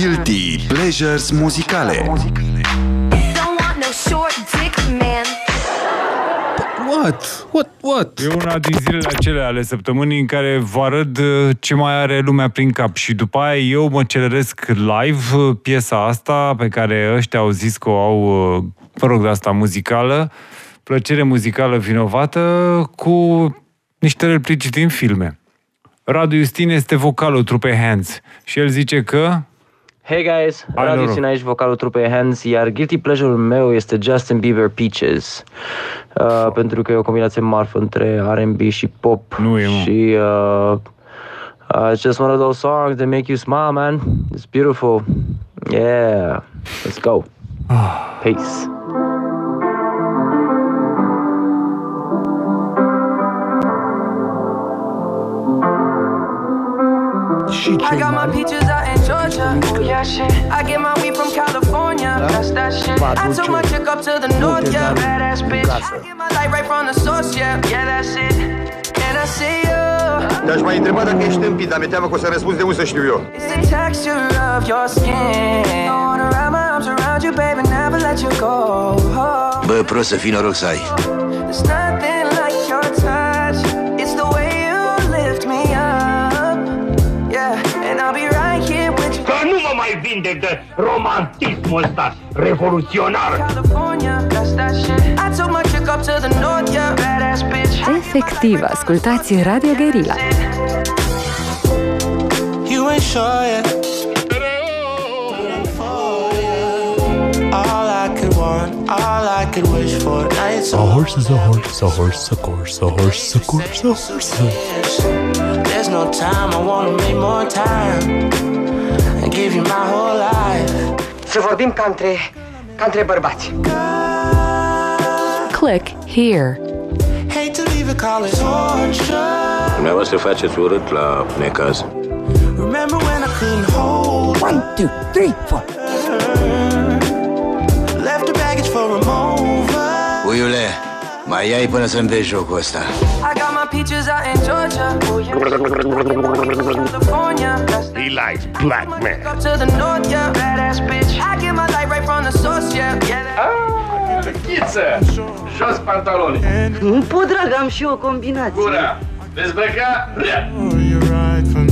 Guilty Pleasures muzicale Don't want no short dick man. What? What? What? E una din zilele acele ale săptămânii în care vă arăt uh, ce mai are lumea prin cap și după aia eu mă celeresc live uh, piesa asta pe care ăștia au zis că o au, uh, mă rog, de asta muzicală, plăcere muzicală vinovată cu niște replici din filme. Radu Iustin este vocalul trupei Hands și el zice că Hey guys, Hai, Radu noroc. Țin aici, vocalul trupei Hands, iar guilty pleasure-ul meu este Justin Bieber Peaches. Uh, pentru că e o combinație marfă între R&B și pop. Nu e, mă. Și uh, uh, it's just one of those songs that make you smile, man. It's beautiful. Yeah, let's go. Ah. Peace. I got my peaches out in Georgia. Oh yeah, shit. I get my weed from California. That's that shit. I took my chick up to the north, yeah. Badass bitch. I get my light right from the source, yeah. Yeah, that's it. And I see you. Te-aș mai întreba dacă ești tâmpit, dar mi-e teamă că o să răspunzi de unde să știu eu. It's the texture of your skin. I wanna wrap my arms around you, baby, never let you go. Bă, prost să fii noroc să ai. There's nothing like your touch. It's the way you lift me up. Yeah, and I'll be right here with you. Că nu mă mai vindec de romantismul ăsta revoluționar. California, that's that shit. I took my chick up to the north, yeah, badass bitch. Efectiv, ascultați Radio Guerilla. You ain't sure yet. All I could want, all I could wish for. Now it's A all horse is a horse, a horse, a course, a horse, a course, a horse. There's no time, I wanna make more time and give you my whole life. Să vorbim ca între, ca între bărbați. Click here. Hate to leave it, call it torture. Dumneavoastră faceți urât la necaz. Remember when I couldn't hold One, two, three, four Left the baggage for a mover Uiule, mai ai până să-mi dai jocul ăsta. I got my peaches out in Georgia. Oh, yeah. California, that's that He likes black shit. man. Up to the north, yeah, badass bitch. I get my light right from the source, yeah, yeah. That- Ghiță! Jos pantaloni, Nu pot, drag, am și eu o combinație. gura! Dezbrăca, you're right for me.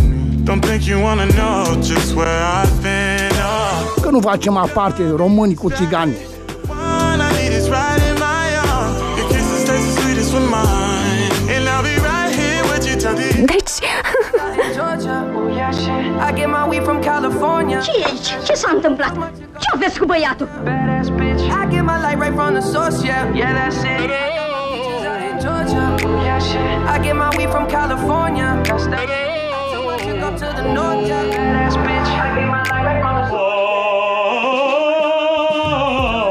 Don't think you wanna know just where I've been. Oh, Că nu facem aparte români cu țigani. One I need is right in my arms Your kisses taste the sweetest with mine And I'll be right here with you till the Deci, in Georgia, oh, yeah, shit. I get my weed from California. Ce e aici? Ce s-a întâmplat? Ce aveți cu băiatul? Badass bitch. I get my light right from the source, yeah, yeah, that's it. I got my peaches out in Georgia, oh, yeah, shit. I get my weed from California. That's that shit. I took my chick up to the north, yeah, badass bitch. I get my light right from the source.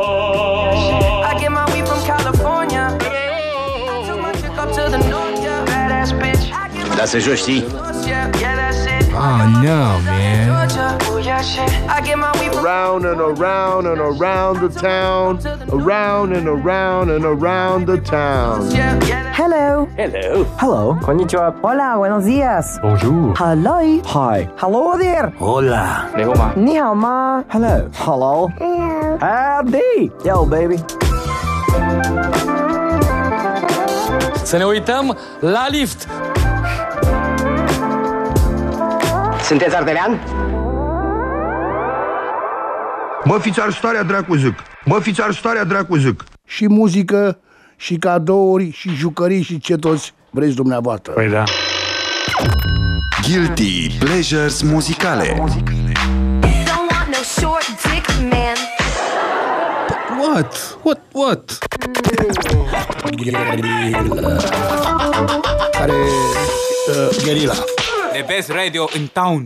I get my weed from California. I took my chick up to the north, yeah, badass bitch. I get my Dar să joci, știi? source, yeah, yeah, that's it. Ah, no, man. Georgia, oh yeah, shit. I get my weed from Round and around and around the town. Around and around and around the town. yeah, yeah, that's Hello! Hello! Konnichiwa. Hola, buenos dias! Bonjour! Hello! Hi! Hello there! Hola! Nehoma. Ni hao ma! Hello! Hello! Howdy! Yo, baby! Să ne uităm la lift Sunteți ardelean? Mă fiți arstarea dracu zic. Mă fiți arstarea dracu zic. Și muzică, și cadouri, și jucării, și ce toți vreți dumneavoastră. Păi da. Guilty Pleasures muzicale Don't want no short dick man. What? What? What? Care... Uh, Gherila. The best radio in town